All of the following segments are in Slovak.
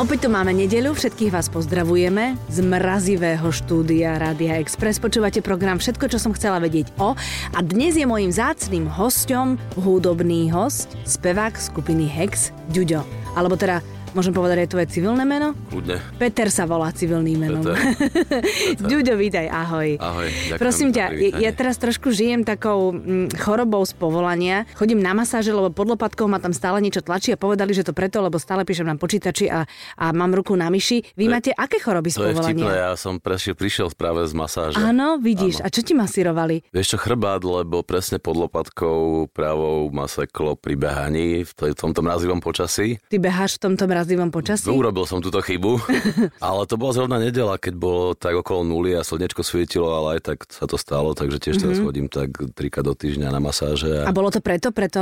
Opäť tu máme nedeľu, všetkých vás pozdravujeme z mrazivého štúdia Rádia Express. Počúvate program Všetko, čo som chcela vedieť o. A dnes je mojim zácným hostom hudobný host, spevák skupiny Hex, Ďuďo. Alebo teda, môžem povedať, je tvoje civilné meno? Kľudne. Peter sa volá civilným menom. Peter. Ďuďo, vítaj, ahoj. Ahoj, ďakujem Prosím za ťa, privítanie. ja, ja teraz trošku žijem takou mm, chorobou z povolania. Chodím na masáže, lebo pod lopatkou ma tam stále niečo tlačí a povedali, že to preto, lebo stále píšem na počítači a, a mám ruku na myši. Vy To je- máte aké choroby z To je vtipné, povolania? ja som prešiel, prišiel práve z masáže. Áno, vidíš. A čo ti masírovali? Vieš čo, chrbát, lebo presne pod lopatkou pravou ma seklo pri behaní v tej- tomto mrazivom počasí. Ty beháš v tomto mrazivom počasí? No, urobil som túto chybu, ale to bola zrovna nedela, keď bolo tak okolo nuly a slnečko svietilo, ale aj tak sa to stalo, takže tiež teraz chodím tak trikrát do týždňa na masáže. A bolo to preto, preto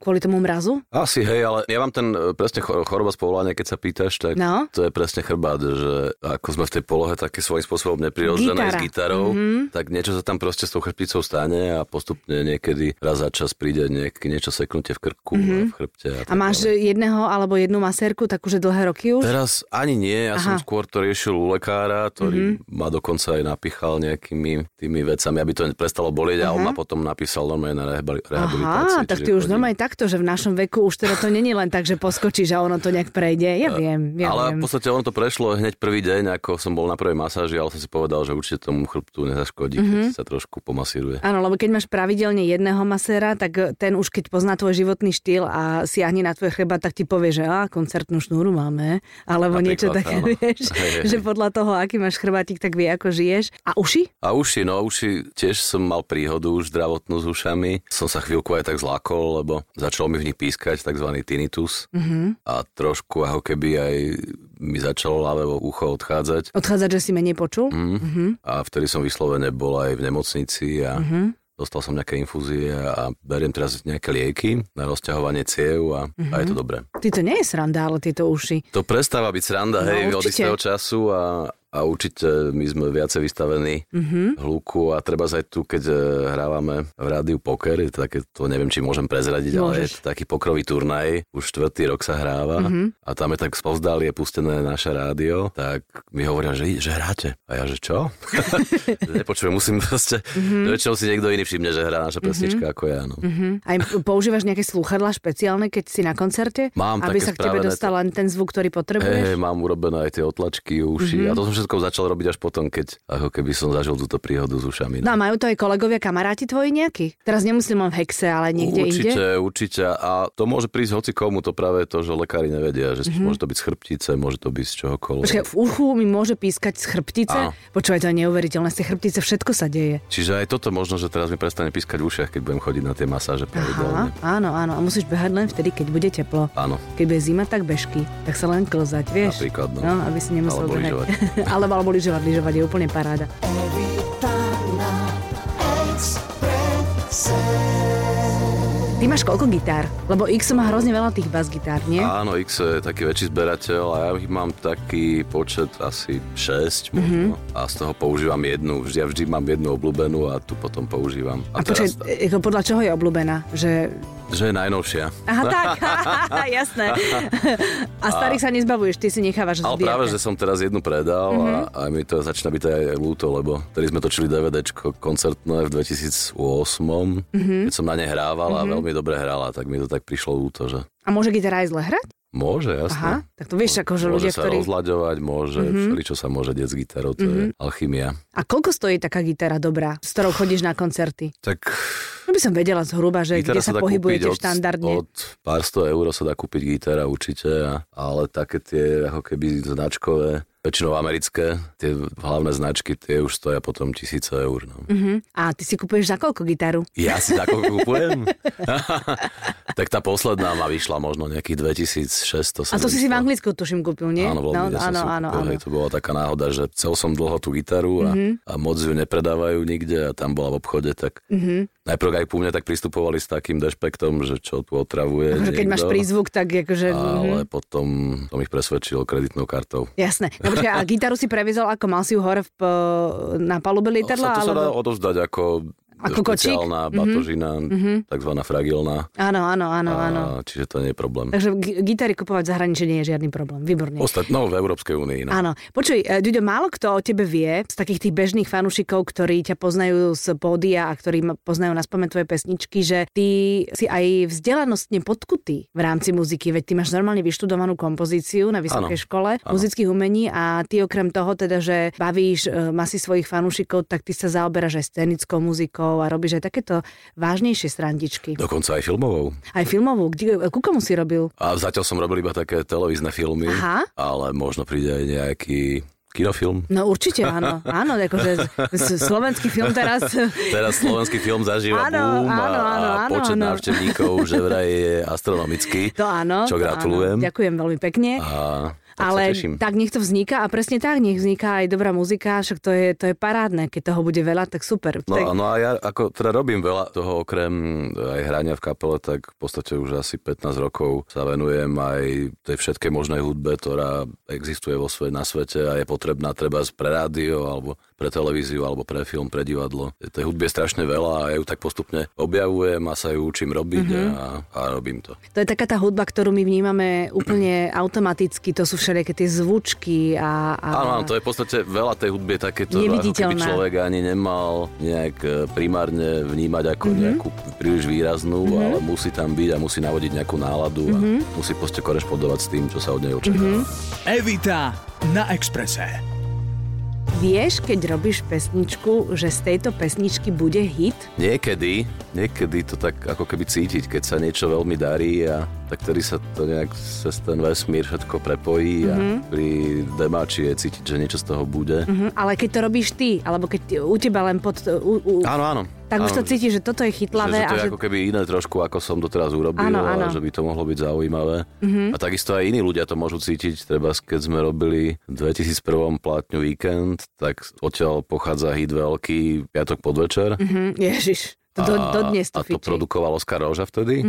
kvôli tomu mrazu? Asi, hej, ale ja mám ten e, presne cho- choroba z povolania, keď sa pýtaš, tak No. to je presne chrbát, že ako sme v tej polohe také svojím spôsobom neprirodzené Gitara. Mhm. s gitarou, tak niečo sa tam proste s tou chrbticou stane a postupne niekedy raz za čas príde niek- niečo seknutie v krku, a v chrbte. A, Mhm. A tak máš ďalej. jedného alebo jednu masérku takúže dlhé roky už? Teraz ani nie, ja som Aha. Mhm. skôr to riešil u lekára, ktorý ma dokonca aj napichal nejakými tými vecami, aby to prestalo bolieť a on ma potom napísal normálne na rehabilitáciu. Mhm. Aha, rehabilitácii, tak čiže ty už chodím. normálne takto, že v našom veku už teda to není len tak, že poskočíš a ono to nejak prejde. Ja viem, ja ale viem. v podstate ono to prešlo hneď prvý deň, ako som bol na prvej masáži, ale som si povedal, že určite tomu chrbtu nezaškodí, mm-hmm. Mhm. keď sa trošku pomasíruje. Áno, lebo keď máš pravidelne jedného maséra, tak eh, ten už keď pozná tvoj životný štýl a siahne na tvoj chreba, tak ti povie, že á, koncertnú šnúru máme, alebo Napríklad, niečo také, áno. vieš, Hej, hej, že hej. podľa toho, aký máš chrbatík, tak vie, ako žiješ. A uši? A uši, no uši, tiež som mal príhodu už zdravotnú s ušami. Som sa chvíľku aj tak zlákol, lebo začal mi v nich pískať tzv. tinnitus. Mhm. Mm-hmm. A trošku ako keby aj mi začalo ľavé ucho odchádzať. Odchádza, že si menej počul? Mm. Mhm. A vtedy som vyslovene bol aj v nemocnici a mm-hmm. dostal som nejaké infúzie a beriem teraz nejaké lieky na rozťahovanie ciev a, mm-hmm. a je Mhm. to dobré. Ty to nie je sranda, ale tieto uši. To prestáva byť sranda, No, hej, od určite. istého času a, a určite my sme viacej vystavení Mhm. mm-hmm. hluku a treba aj tu, keď e, hrávame v rádiu poker, je to také, to neviem, či môžem prezradiť, ale Môžeš. Mhm. je to taký pokrový turnaj, už štvrtý rok sa hráva mm-hmm. a tam je tak spovzdalie pustené naše rádio, tak mi hovoria, že, že hráte. A ja, že čo? Nepočujem, musím proste, Mhm. mm-hmm. väčšinou si niekto iný všimne, že hrá naša pesnička mm-hmm. ako ja, no. Mm-hmm. Hm. Aj používaš nejaké slúchadla špeciálne, keď si na koncerte? Mám Aby sa také k tebe spravené dostal len ten zvuk, ktorý Hej, potrebuješ? mám urobené aj tie otlačky Mhm. uši mm-hmm. a to som všetko začal robiť až potom, keď ako keby som zažil túto príhodu s ušami. No a majú to aj kolegovia, kamaráti tvoji nejakí? Teraz nemusím len v hexe, ale niekde inde. určite, určite. A to môže prísť hoci komu, to práve je to, že lekári nevedia, Mhm. že mm-hmm. môže to byť z chrbtice, môže to byť z čohokoľvek. Počkaj, v uchu mi môže pískať z chrbtice. Áno. Počúvaj, to je neuveriteľné, z tej chrbtice všetko sa deje. Čiže aj toto možno, že teraz mi prestane pískať v ušiach, keď budem chodiť na tie masáže Aha, pravidelne. áno, áno. A musíš behať len vtedy, keď bude teplo. Áno. Keď bude zima, tak bežky. Tak sa len klzať, vieš? Napríklad, no. no aby si nemusel Alebo behať. lyžovať. alebo, alebo lyžovať, lyžovať je úplne paráda. Ty máš koľko gitár? Lebo X má hrozne veľa tých bas gitár, nie? Áno, X je taký väčší zberateľ a ja ich mám taký počet asi 6 Mhm. možno mm-hmm. a z toho používam jednu. Vždy, ja vždy mám jednu obľúbenú a tu potom používam. A počkaj, tá- e, ako podľa čoho je obľúbená? Že... že je najnovšia. Aha, tak, jasné. A starých sa nezbavuješ, ty si nechávaš Ale zbierať. práve, že som teraz jednu predal Mhm. mm-hmm. a, a mi to začína byť aj ľúto, lebo vtedy sme točili DVDčko koncertné v 2008, Mhm. mm-hmm. keď som na ne hrával mm-hmm. a veľmi dobre hrala, tak mi to tak prišlo ľúto, že A môže gitara aj zle hrať? môže, Aha, jasne. tak to vieš, ako, že ľudia, môže sa ktorí... Mhm. rozlaďovať, môže, mm-hmm. čo sa môže deť s gitarou, to mm-hmm. je alchymia. A koľko stojí taká gitara dobrá, s ktorou chodíš na koncerty? Tak No by som vedela zhruba, že Gitara kde sa, dá pohybujete kúpiť štandardne. Od, od pár sto eur sa dá kúpiť gitara určite, a- ale také tie ako keby značkové, väčšinou americké, tie hlavné značky, tie už stoja potom tisíce eur. No. Mm-hmm. Mhm. A ty si kupuješ za koľko gitaru? Ja si takú kúpujem. tak tá posledná ma vyšla možno nejakých A 2600. to si si v Anglicku tuším kúpil, nie? Áno, no, veľmi áno, no, som si áno, kúpil, áno. Mhm. Hej, to bola taká náhoda, že chcel som dlho tú gitaru a, mm-hmm. a moc ju nepredávajú nikde a tam bola v obchode, tak Mhm. mm-hmm. najprv aj ku mne tak pristupovali s takým dešpektom, že čo tu otravuje Akože Keď niekto, máš prízvuk, tak akože... mhm. ale potom som ich presvedčil kreditnou kartou. Jasné. No, počkaj, a gitaru si previezol, ako mal si ju hore v, po- na palube Sa lietadla? to sa dá alebo... odovzdať ako Ako kočík? Mhm. špeciálna batožina, takzvaná fragilná. Áno, áno, No, áno, A, áno. čiže to nie je problém. Takže g- gitary kupovať v zahraničí nie je žiadny problém. Výborne. Ostat, no, v Európskej únii. No. Áno. Počuj, e, Ďuďo, málo kto o tebe vie z takých tých bežných fanúšikov, ktorí ťa poznajú z pódia a ktorí ma- poznajú na spomen tvoje pesničky, že ty si aj vzdelanostne podkutý v rámci muziky, veď ty máš normálne vyštudovanú kompozíciu na vysokej Áno. škole muzických umení a ty okrem toho teda, že bavíš e, masy svojich fanúšikov, tak ty sa zaoberáš aj scenickou muzikou a robíš aj takéto vážnejšie srandičky. Dokonca aj filmovou. Aj filmovú. Kde, ku komu si robil? A zatiaľ som robil iba také televízne filmy, Aha. ale možno príde aj nejaký kinofilm. No určite áno, áno, akože s- slovenský film teraz. Teraz slovenský film zažíva Áno, boom a, áno, áno, a áno, počet áno. návštevníkov že vraj je astronomický. To áno. Čo to gratulujem. Áno, ďakujem veľmi pekne. A tak Ale sa teším. tak nech to vzniká a presne tak, nech vzniká aj dobrá muzika, však to je, to je parádne, keď toho bude veľa, tak super. No, tak, no a ja ako teda robím veľa toho okrem e, aj hrania v kapele, tak v podstate už asi 15 rokov sa venujem aj tej všetkej možnej hudbe, ktorá existuje vo sve, na svete a je potrebná treba pre rádio alebo pre televíziu alebo pre film, pre divadlo. Tej hudby je strašne veľa a ja ju tak postupne objavujem a sa ju učím robiť mm-hmm. a, a robím to. To je taká tá hudba, ktorú my vnímame úplne automaticky, to sú všelijaké tie zvučky a... a... Áno, áno, to je v podstate veľa tej hudby je takéto, ako keby Neviditeľná. človek ani nemal nejak e, primárne Mhm. vnímať ako mm-hmm. nejakú príliš výraznú, mm-hmm. ale musí tam byť a musí navodiť nejakú náladu mm-hmm. Mhm. a musí proste korešpondovať s tým, čo sa od nej očakáva. Mm-hmm. Evita na Exprese. Vieš, keď robíš pesničku, že z tejto pesničky bude hit? Niekedy, niekedy to tak ako keby cítiť, keď sa niečo veľmi darí a tak ktorý sa to nejak cez ten vesmír všetko prepojí Mhm. mm-hmm. a pri demáči je cítiť, že niečo z toho bude. Mm-hmm. Hm, ale keď to robíš ty, alebo keď u teba len pod... U, u, Áno, áno. tak áno, už to že- cítiš, že toto je chytlavé že, že a to je že... ako keby iné trošku, ako som doteraz urobil Áno, áno. Mhm. a že by to mohlo byť zaujímavé. A takisto aj iní ľudia to môžu cítiť. Treba, keď sme robili v 2001. plátňu Víkend, tak odtiaľ pochádza hit veľký piatok podvečer. Hm, Ježiš, to do, do dnes to a to fičí. Mhm. produkoval Oskar Roža vtedy.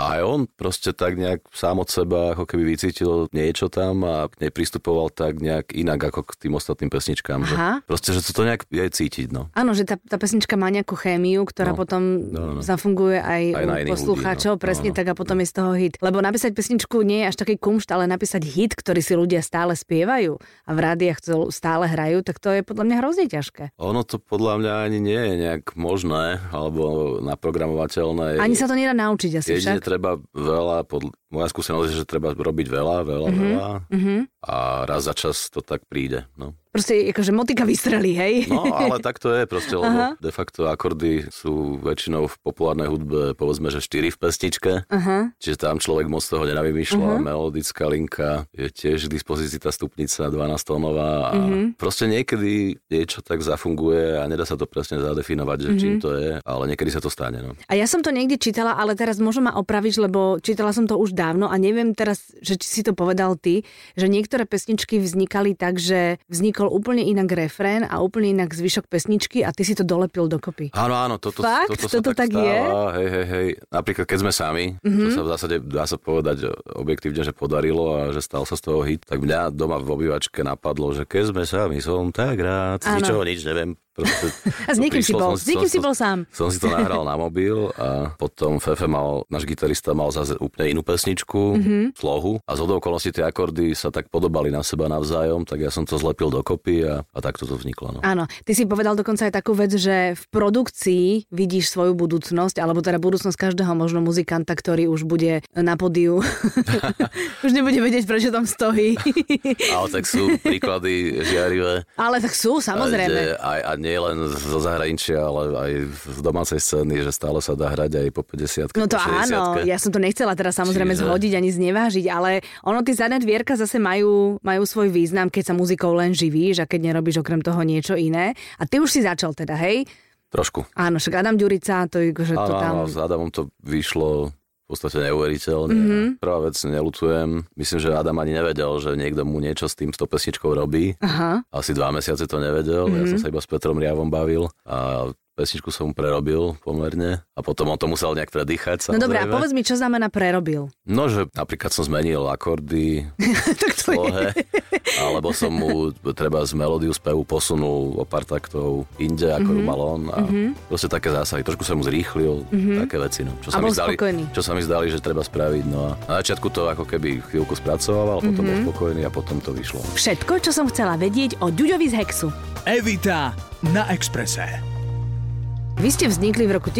A aj on proste tak nejak sám od seba ako keby vycítil niečo tam a k nej pristupoval tak nejak inak ako k tým ostatným pesničkám. že Aha. Proste, že to, to nejak je cítiť. No. Áno, že tá, tá pesnička má nejakú chémiu, ktorá No. potom No, no, no. zafunguje aj, Aj u na iných poslucháčov, ľudí, no. presne No, no. tak, a potom je z toho hit. Lebo napísať pesničku nie je až taký kumšt, ale napísať hit, ktorý si ľudia stále spievajú a v rádiách to stále hrajú, tak to je podľa mňa hrozne ťažké. Ono to podľa mňa ani nie je nejak možné alebo naprogramovateľné. Ani sa to nedá naučiť asi Jedine však. treba veľa, pod, moja skúsenosť je, že treba robiť veľa, veľa, Mhm, mm-hmm. veľa a raz za čas to tak príde. No, Proste akože motika vystrelí, hej? no ale tak to je proste, lebo de facto akordy sú väčšinou v populárnej hudbe povedzme, že 4 v pesničke, Aha. čiže tam človek moc toho nenavymýšľa. Melodická linka je tiež k dispozícii tá stupnica 12 tónová a proste niekedy niečo tak zafunguje a nedá sa to presne zadefinovať, že čím to je, ale niekedy sa to stane. No. A ja som to niekde čítala, ale teraz možno ma opraviť, lebo čítala som to už dávno a neviem teraz, že či si to povedal ty, že niektoré pesničky vznikali tak, že vznikol úplne inak refrén a úplne inak zvyšok pesničky a ty si to dolepil dokopy. Áno, áno, toto, Fakt? toto sa Toto tak tak, stáva. je? Mhm. Hej, hej, hej. Napríklad, keď sme sami, mm-hmm. to sa v zásade, dá sa povedať, objektívne, že podarilo a že stal sa z toho hit, tak mňa doma v obývačke napadlo, že keď sme sami, som tak rád, z Áno. ničoho nič, neviem. Proste, A s to niekým si prišlo, bol, som s niekým som- si bol sám. Som si to nahral na mobil a potom Fefe mal, náš gitarista mal zase úplne inú pesničku, Mhm. mm-hmm. slohu a z okolností tie akordy sa tak podobali na seba navzájom, tak ja som to zlepil dokopy a, a tak toto vzniklo. No. Áno, ty si povedal dokonca aj takú vec, že v produkcii vidíš svoju budúcnosť, alebo teda budúcnosť každého možno muzikanta, ktorý už bude na podiu. už nebude vedieť, prečo tam stojí. Ale tak sú príklady žiarivé. ale tak sú, samozrejme. Že Aj, a nie len zo zahraničia, ale aj z domácej scény, že stále sa dá hrať aj po 50 No to po 60 áno, ja som to nechcela teraz samozrejme Čiže- zhodiť ani znevážiť, ale ono tie zadné dvierka zase majú, majú svoj význam, keď sa muzikou len živíš a keď nerobíš okrem toho niečo iné. A ty už si začal teda, hej? Trošku. Áno, však Adam Ďurica, to je, že to Áno, tam... áno, s Adamom to vyšlo v podstate neuveriteľne. Mhm. Mm-hmm. Prvá vec, nelutujem. Myslím, že Adam ani nevedel, že niekto mu niečo s tým 100 pesničkou robí. Aha. Mhm. Asi dva mesiace to nevedel, mm-hmm. ja som sa iba s Petrom Riavom bavil a pesničku som prerobil pomerne a potom on to musel nejak predýchať. No dobré, a samozrejme. povedz mi, čo znamená prerobil. No, že napríklad som zmenil akordy tak to je. slohe, alebo som mu treba z melódiu spevu posunul o pár taktov inde, ako Mhm. mm-hmm. mal on a mm-hmm. proste také zásahy. Trošku som mu zrýchlil, mm-hmm. také veci, no, čo, Mhm. A sa mi bol zdali, spokojný. čo sa mi zdali, že treba spraviť. No a na začiatku to ako keby chvíľku spracoval, Mhm. potom mm-hmm. bol spokojný a potom to vyšlo. Všetko, čo som chcela vedieť o Ďuďovi z Hexu. Evita na Exprese. Vy ste vznikli v roku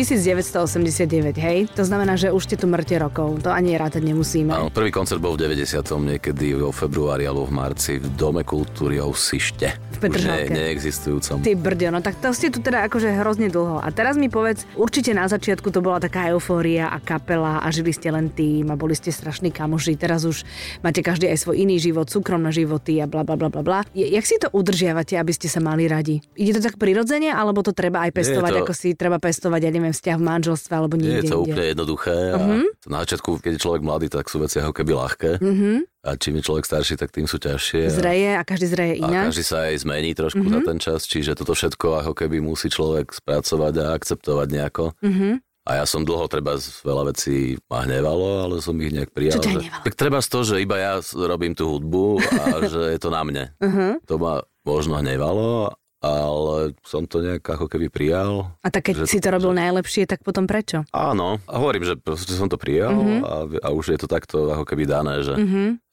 1989, hej? To znamená, že už ste tu mŕte rokov. To ani rátať nemusíme. Áno, prvý koncert bol v 90. niekedy vo februári alebo v marci v Dome kultúry Ousište. V Petržalke. Už ne, neexistujúcom. Ty brďo, no tak to ste tu teda akože hrozne dlho. A teraz mi povedz, určite na začiatku to bola taká eufória a kapela a žili ste len tým a boli ste strašní kamoši. Teraz už máte každý aj svoj iný život, súkromné životy a bla bla bla bla bla. Je- Jak si to udržiavate, aby ste sa mali radi? Ide to tak prirodzene, alebo to treba aj je pestovať, to- ako si treba pestovať, ja neviem, vzťah v manželstve alebo niekde Nie je to inde? úplne jednoduché. A Mhm. to Na začiatku, keď je človek mladý, tak sú veci ako keby ľahké. Mhm. A čím je človek starší, tak tým sú ťažšie. a- Zreje a každý zreje a inak. každý sa aj zmení trošku za Mhm. ten čas, čiže toto všetko ako keby musí človek spracovať a akceptovať nejako. Mhm. A ja som dlho treba z- veľa vecí ma hnevalo, ale som ich nejak prijal. Čo ťa že- hnevalo? Tak treba z toho, že iba ja s- robím tú hudbu a že je to na mne. Mhm. To ma možno hnevalo, ale som to nejak ako keby prijal. A tak keď si že- to robil najlepšie, tak potom prečo? Áno, a hovorím, že proste som to prijal Mhm. a, a už je to takto ako keby dané, že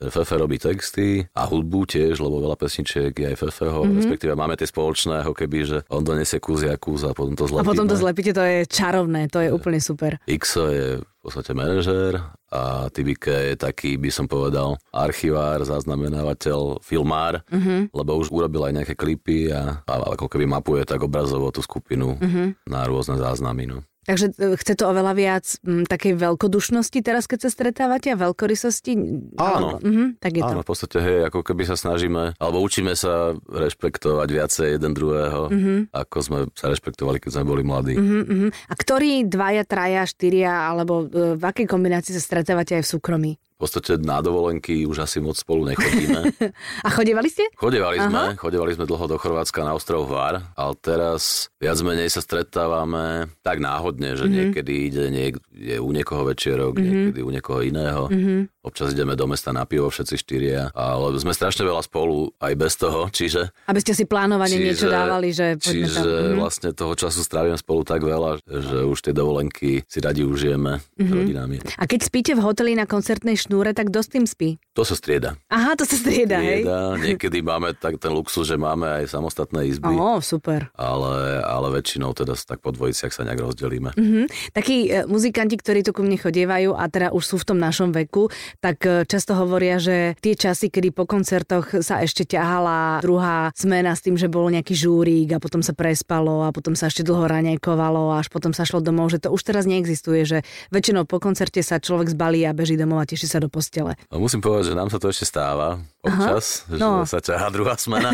Fefe robí texty a hudbu tiež, lebo veľa pesničiek je aj Fefeho, Mhm. respektíve máme tie spoločné, ako keby, že on donesie kus a kus a potom to A zlepíme. potom to zlepíte, to je čarovné, to E, je úplne super. Xo je v podstate manažér a Tibike je taký, by som povedal, archivár, zaznamenávateľ, filmár, Mhm. lebo už urobil aj nejaké klipy a, a ako keby mapuje tak obrazovo tú skupinu Mhm. na rôzne záznamy. No. Takže e, chce to oveľa viac m, takej veľkodušnosti teraz, keď sa stretávate a veľkorysosti? Áno. Mhm, tak je to. Áno, v podstate, hej, ako keby sa snažíme, alebo učíme sa rešpektovať viacej jeden druhého, ako sme sa rešpektovali, keď sme boli mladí. Mhm, mhm. A ktorí dvaja, traja, štyria, alebo e, v akej kombinácii sa stretávate aj v súkromí? V podstate na dovolenky už asi moc spolu nechodíme. A chodevali ste? Chodevali sme, chodevali sme dlho do Chorvátska na ostrov Hvar, ale teraz viac menej sa stretávame tak náhodne, že niekedy ide niek- je u niekoho večerok, niekedy u niekoho iného. Občas ideme do mesta na pivo všetci štyria, ale sme strašne veľa spolu aj bez toho, čiže Aby ste si plánovane niečo dávali, že poďme čiže tam. Mhm. vlastne toho času strávime spolu tak veľa, že už tie dovolenky si radi užijeme s Mhm. rodinami. A keď spíte v hoteli na koncertnej šnúre, tak dosť tým spí. To sa strieda. Aha, to sa strieda, hej? Strieda. Niekedy máme tak ten luxus, že máme aj samostatné izby, Ó, super. ale, ale väčšinou teda tak po dvojiciach sa nejak rozdelíme. Mhm. Takí e, muzikanti, ktorí tu ku mne chodievajú a teda už sú v tom našom veku, tak e, často hovoria, že tie časy, kedy po koncertoch sa ešte ťahala druhá zmena s tým, že bol nejaký žúrik a potom sa prespalo a potom sa ešte dlho raňajkovalo a až potom sa šlo domov, že to už teraz neexistuje, že väčšinou po koncerte sa človek zbalí a beží domov a teší sa do postele. A No, musím povedať, že nám sa to ešte stáva občas, Aha, no. že sa ťahá druhá smena.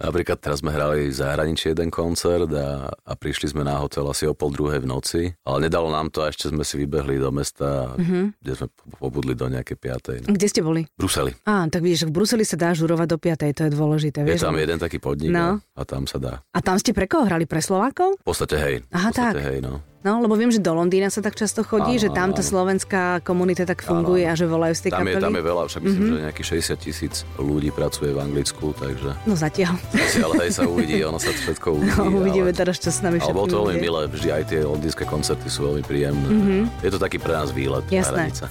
Napríklad teraz sme hrali v zahraničí jeden koncert a, a prišli sme na hotel asi o pol druhej v noci, ale nedalo nám to a ešte sme si vybehli do mesta, Mhm. mm-hmm. kde sme po- pobudli do nejakej piatej. No. Kde ste boli? V Bruseli. Á, tak vidíš, v Bruseli sa dá žurovať do 5. to je dôležité, Je vieš? tam jeden taký podnik No. no. a tam sa dá. A tam ste pre koho hrali? Pre Slovákov? V podstate hej. Aha, v podstate tak. hej, no. No, lebo viem, že do Londýna sa tak často chodí, Áno, že tam tá áno. slovenská komunita tak funguje a že volajú z tej Tam je, kapely. tam je veľa, však Mhm. myslím, mm-hmm. že nejakých 60 tisíc ľudí pracuje v Anglicku, takže No zatiaľ. asi, ale hej sa uvidí, ono sa všetko uvidí. No, uvidíme ale... teraz, čo s nami Ale všetkým bolo to veľmi bude. milé, vždy aj tie londýnske koncerty sú veľmi príjemné. Mm-hmm. Je to taký pre nás výlet, tá Jasné. hranica.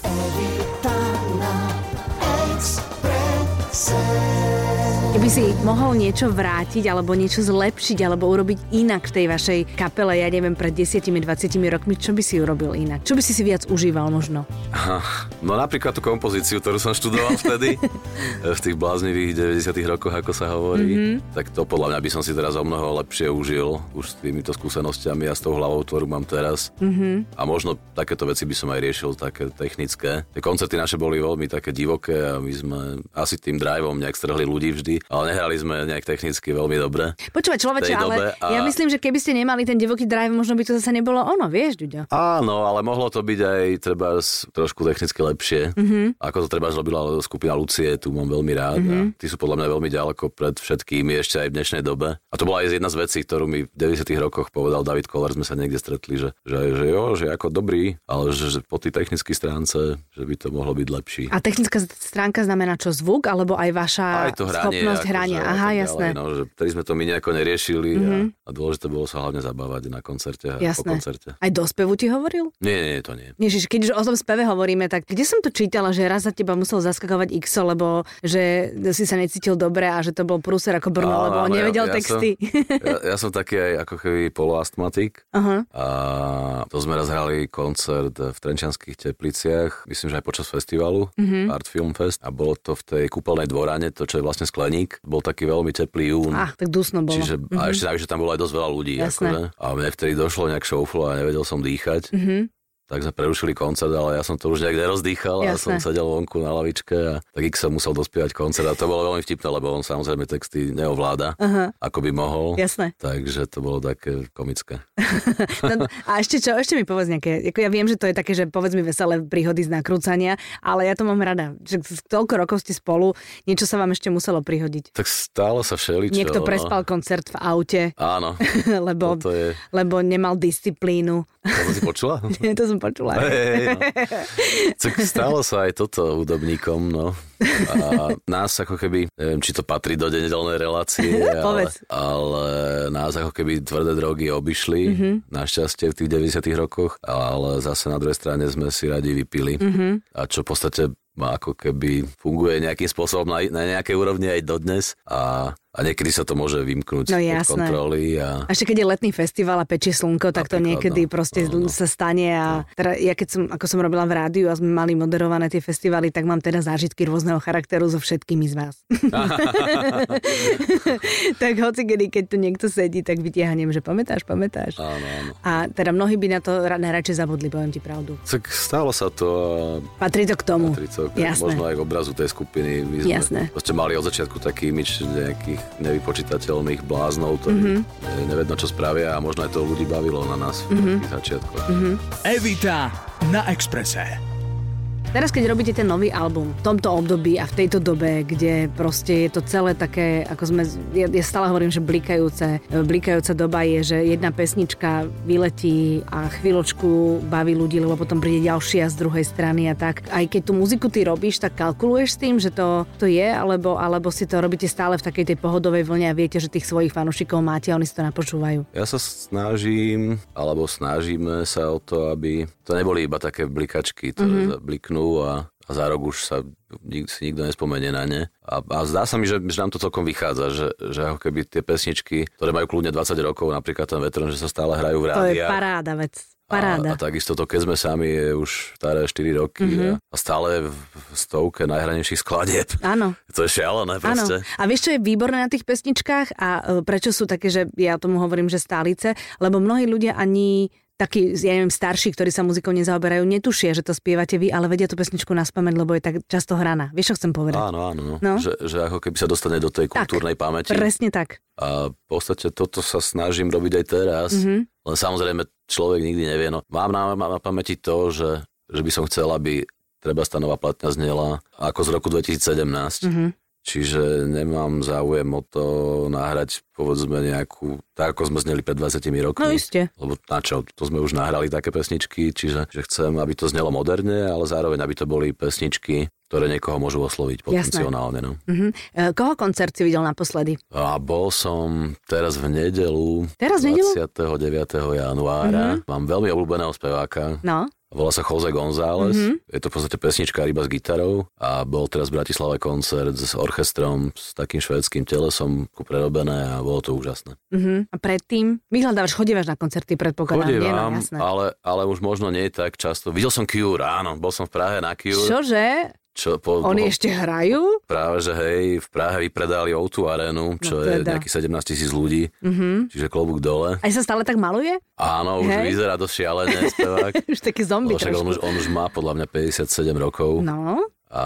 Keby si mohol niečo vrátiť, alebo niečo zlepšiť, alebo urobiť inak v tej vašej kapele, ja neviem, pred 10-20 rokmi, čo by si urobil inak? Čo by si si viac užíval možno? No napríklad tú kompozíciu, ktorú som študoval vtedy, v tých bláznivých 90 rokoch, ako sa hovorí, mm-hmm. tak to podľa mňa by som si teraz o mnoho lepšie užil, už s týmito skúsenostiami a s tou hlavou, ktorú mám teraz. Mm-hmm. A možno takéto veci by som aj riešil, také technické. Tie koncerty naše boli veľmi také divoké a my sme asi tým driveom nejak strhli ľudí vždy, ale ale nehrali sme nejak technicky veľmi dobre. Počúvať človeče, tej ale dobe a- ja myslím, že keby ste nemali ten divoký drive, možno by to zase nebolo ono, vieš, Ďuďo. Áno, ale mohlo to byť aj treba trošku technicky lepšie, Mhm. mm-hmm. ako to treba robila skupina Lucie, tu mám veľmi rád. Mm-hmm. Mhm. A tí sú podľa mňa veľmi ďaleko pred všetkými ešte aj v dnešnej dobe. A to bola aj jedna z vecí, ktorú mi v 90. rokoch povedal David Koller, sme sa niekde stretli, že, že, že jo, že ako dobrý, ale že, že po tej technickej stránce, že by to mohlo byť lepší. A technická z- stránka znamená čo zvuk, alebo aj vaša aj to hranie. schopnosť akože hrania. a tak Aha, ďalej, jasné. Mhm. No, že, ktorý sme to my nejako neriešili mm-hmm. a, a dôležité bolo sa hlavne zabávať na koncerte a po jasné. koncerte. Aj do spevu ti hovoril? Nie, nie, nie, to nie. Ježiš, keď už o tom speve hovoríme, tak kde som to čítala, že raz za teba musel zaskakovať XO, lebo že si sa necítil dobre a že to bol prúser ako Brno, Áno, No, lebo on áno, nevedel ja- ja texty. Som, ja, ja som taký aj ako keby poloastmatik. Aha. A to sme raz hrali koncert v Trenčanských tepliciach, myslím, že aj počas festivalu, Mhm. mm-hmm. Art Film Fest. A bolo to v tej kúpeľnej dvorane, to čo je vlastne skleník. Bol taký veľmi teplý jún. Ah, tak dusno bolo. Hm. Čiže, mm-hmm. A ešte tak, že tam bolo aj dosť veľa ľudí. Mhm. Jasné. Akože. A mne vtedy došlo nejak šouflo a nevedel som dýchať. Mhm. Mm-hmm. Tak sme prerušili koncert, ale ja som to už nejak nerozdýchal a som Jasné. sedel vonku na lavičke a tak ich som musel dospievať koncert a to bolo veľmi vtipné, lebo on samozrejme texty neovláda, Aha. ako by mohol. Jasné. Takže to bolo také komické. No, a ešte čo, ešte mi povedz nejaké, ako ja viem, že to je také, že povedz mi veselé príhody z nakrúcania, ale ja to mám rada, že toľko rokov ste spolu, niečo sa vám ešte muselo prihodiť. Tak stále sa všeličo. Niekto no. prespal koncert v aute, Áno, lebo, toto je... lebo nemal disciplínu. To si počula? Nie, to som počula. Hej, hej, no. Tak stalo sa aj toto hudobníkom, no. A nás ako keby, neviem, či to patrí do denedelnej relácie, ale, Povedz. ale nás ako keby tvrdé drogy obišli, Mhm. mm-hmm. našťastie v tých 90 rokoch, ale zase na druhej strane sme si radi vypili. Mm-hmm. Mhm. A čo v podstate ma ako keby funguje nejakým spôsobom na, na nejakej úrovni aj dodnes a, a niekedy sa to môže vymknúť No od jasné. kontroly a A ešte keď je letný festival a pečie slnko, tak to Napríklad, niekedy no. proste Áno. sa stane a teda ja keď som, ako som robila v rádiu a sme mali moderované tie festivaly, tak mám teda zážitky rôzneho charakteru so všetkými z vás. tak hoci kedy, keď tu niekto sedí, tak vytiahnem, že pamätáš, pamätáš. áno, áno. A teda mnohí by na to ra- najradšej zabudli, poviem ti pravdu. Tak stalo sa to a Patrí to k tomu. Patricok, Jasné. možno aj k obrazu tej skupiny. My sme Jasné. proste mali od začiatku taký imič nejakých nevypočítateľných Mhm. bláznov, ktorí mm-hmm. nevedno, čo spravia a možno aj to ľudí bavilo na Mhm. nás v mm-hmm. začiatkoch. Mm-hmm. Evita na Exprese. Teraz, keď robíte ten nový album v tomto období a v tejto dobe, kde proste je to celé také, ako sme, ja, ja stále hovorím, že blikajúce, e, blikajúca doba je, že jedna pesnička vyletí a chvíľočku baví ľudí, lebo potom príde ďalšia z druhej strany a tak. Aj keď tú muziku ty robíš, tak kalkuluješ s tým, že to, to je, alebo, alebo si to robíte stále v takej tej pohodovej vlne a viete, že tých svojich fanúšikov máte a oni si to napočúvajú. Ja sa snažím, alebo snažíme sa o to, aby to neboli iba také blikačky, Mhm. ktoré mm-hmm. bliknú a, a za rok už sa nik, si nikto nespomenie na ne. A, a zdá sa mi, že, že nám to celkom vychádza, že, že ako keby tie pesničky, ktoré majú kľudne 20 rokov, napríklad ten vetrn, že sa stále hrajú v To rádiách. je paráda vec. A, Paráda. a takisto to, keď sme sami, je už staré 4 roky Mhm. mm-hmm. a stále v v stovke najhranejších skladieb. Áno. To je šialené proste. A vieš, čo je výborné na tých pesničkách a e, prečo sú také, že ja tomu hovorím, že stálice, lebo mnohí ľudia ani takí, ja neviem, starší, ktorí sa muzikou nezaoberajú, netušia, že to spievate vy, ale vedia tú pesničku naspameť, lebo je tak často hraná. Vieš, čo chcem povedať? Áno, áno. No. No. Že, že ako keby sa dostane do Tak. tej kultúrnej pamäti. Presne tak. A v podstate toto sa snažím robiť aj teraz. Mhm. Mm-hmm. Len samozrejme človek nikdy nevie. No, mám, na, mám na pamäti to, že, že by som chcel, aby treba stanová platňa znela ako z roku 2017. Mhm. Mm-hmm. Čiže nemám záujem o to nahrať povedzme nejakú, tak ako sme zneli pred 20 rokmi. No iste. Lebo na čo, to sme už nahrali také pesničky, čiže že chcem, aby to znelo moderne, ale zároveň, aby to boli pesničky, ktoré niekoho môžu osloviť Jasné. potenciálne. No. Mhm. E, Koho koncert si videl naposledy? A bol som teraz v nedelu, Teraz v nedelu? Mhm. 29. januára. Mm-hmm. Mám veľmi obľúbeného speváka. No, Volá sa Jose González. Mhm. Mm-hmm. Je to v podstate pesnička iba s gitarou a bol teraz v Bratislave koncert s orchestrom, s takým švédským telesom ku prerobené a bolo to úžasné. mhm. a predtým? Vyhľadávaš, chodívaš na koncerty, predpokladám. nie, no, Chodím jasné. ale, ale už možno nie tak často. Videl som Cure, áno, bol som v Prahe na Cure. Čože? Čo, po, Oni po- ešte hrajú? Práve, že hej, v Prahe vypredali O2 arénu, No čo je teda. Mhm. nejakých 17 tisíc ľudí, mm-hmm. čiže klobúk dole. Aj sa stále tak maluje? Áno, už Hej. vyzerá dosť šialene spevák. Už taký zombie Lebo No, však on, trošku. už, on už má podľa mňa 57 rokov No, a,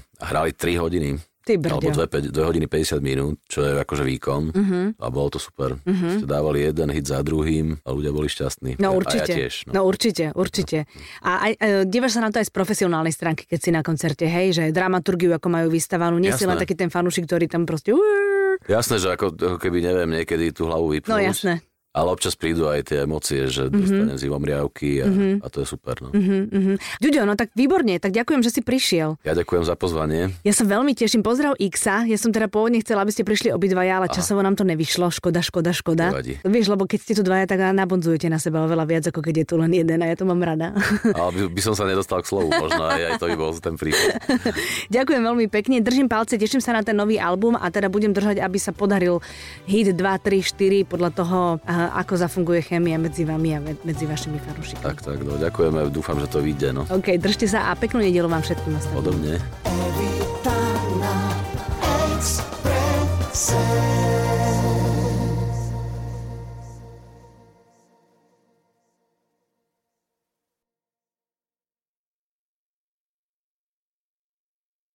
a hrali 3 hodiny. Ty Alebo brďo. Mhm. 2, 5, 2 hodiny 50 minút, čo je akože výkon. Uh-huh. A bolo to super. Uh-huh. Dávali jeden hit za druhým a ľudia boli šťastní. No A ja určite, tiež. no. no určite, určite. A aj, e, dívaš sa na to aj z profesionálnej stránky, keď si na koncerte, hej, že dramaturgiu, ako majú vystavanú, nie si Jasné. len taký ten fanúšik, ktorý tam proste... uer. Jasné, že ako, ako keby neviem niekedy tú hlavu vypnúť. No jasné. Ale občas prídu aj tie emócie, že mm-hmm. dostanem zivom riavky a, mm-hmm. a to je super. No. Mm-hmm. Mhm, mhm. Ďuďo, no tak výborne, tak ďakujem, že si prišiel. Ja ďakujem za pozvanie. Ja sa veľmi teším, pozdrav Xa, ja som teda pôvodne chcela, aby ste prišli obidvaja, ale časovo nám to nevyšlo, škoda, škoda, škoda. Nevadí. Vieš, lebo keď ste tu dvaja, tak nabonzujete na seba oveľa viac, ako keď je tu len jeden a ja to mám rada. Ale by, by som sa nedostal k slovu, možno aj, aj to by bol ten prípad. Ďakujem veľmi pekne, držím palce, teším sa na ten nový album a teda budem držať, aby sa podaril hit 2, 3, 4 podľa toho, aha, ako zafunguje chémia medzi vami a med- medzi vašimi fanúšikmi. Tak, tak, no ďakujeme, dúfam, že to vyjde, no. OK, držte sa a peknú nedelu vám všetkým ostatným. Podobne. Every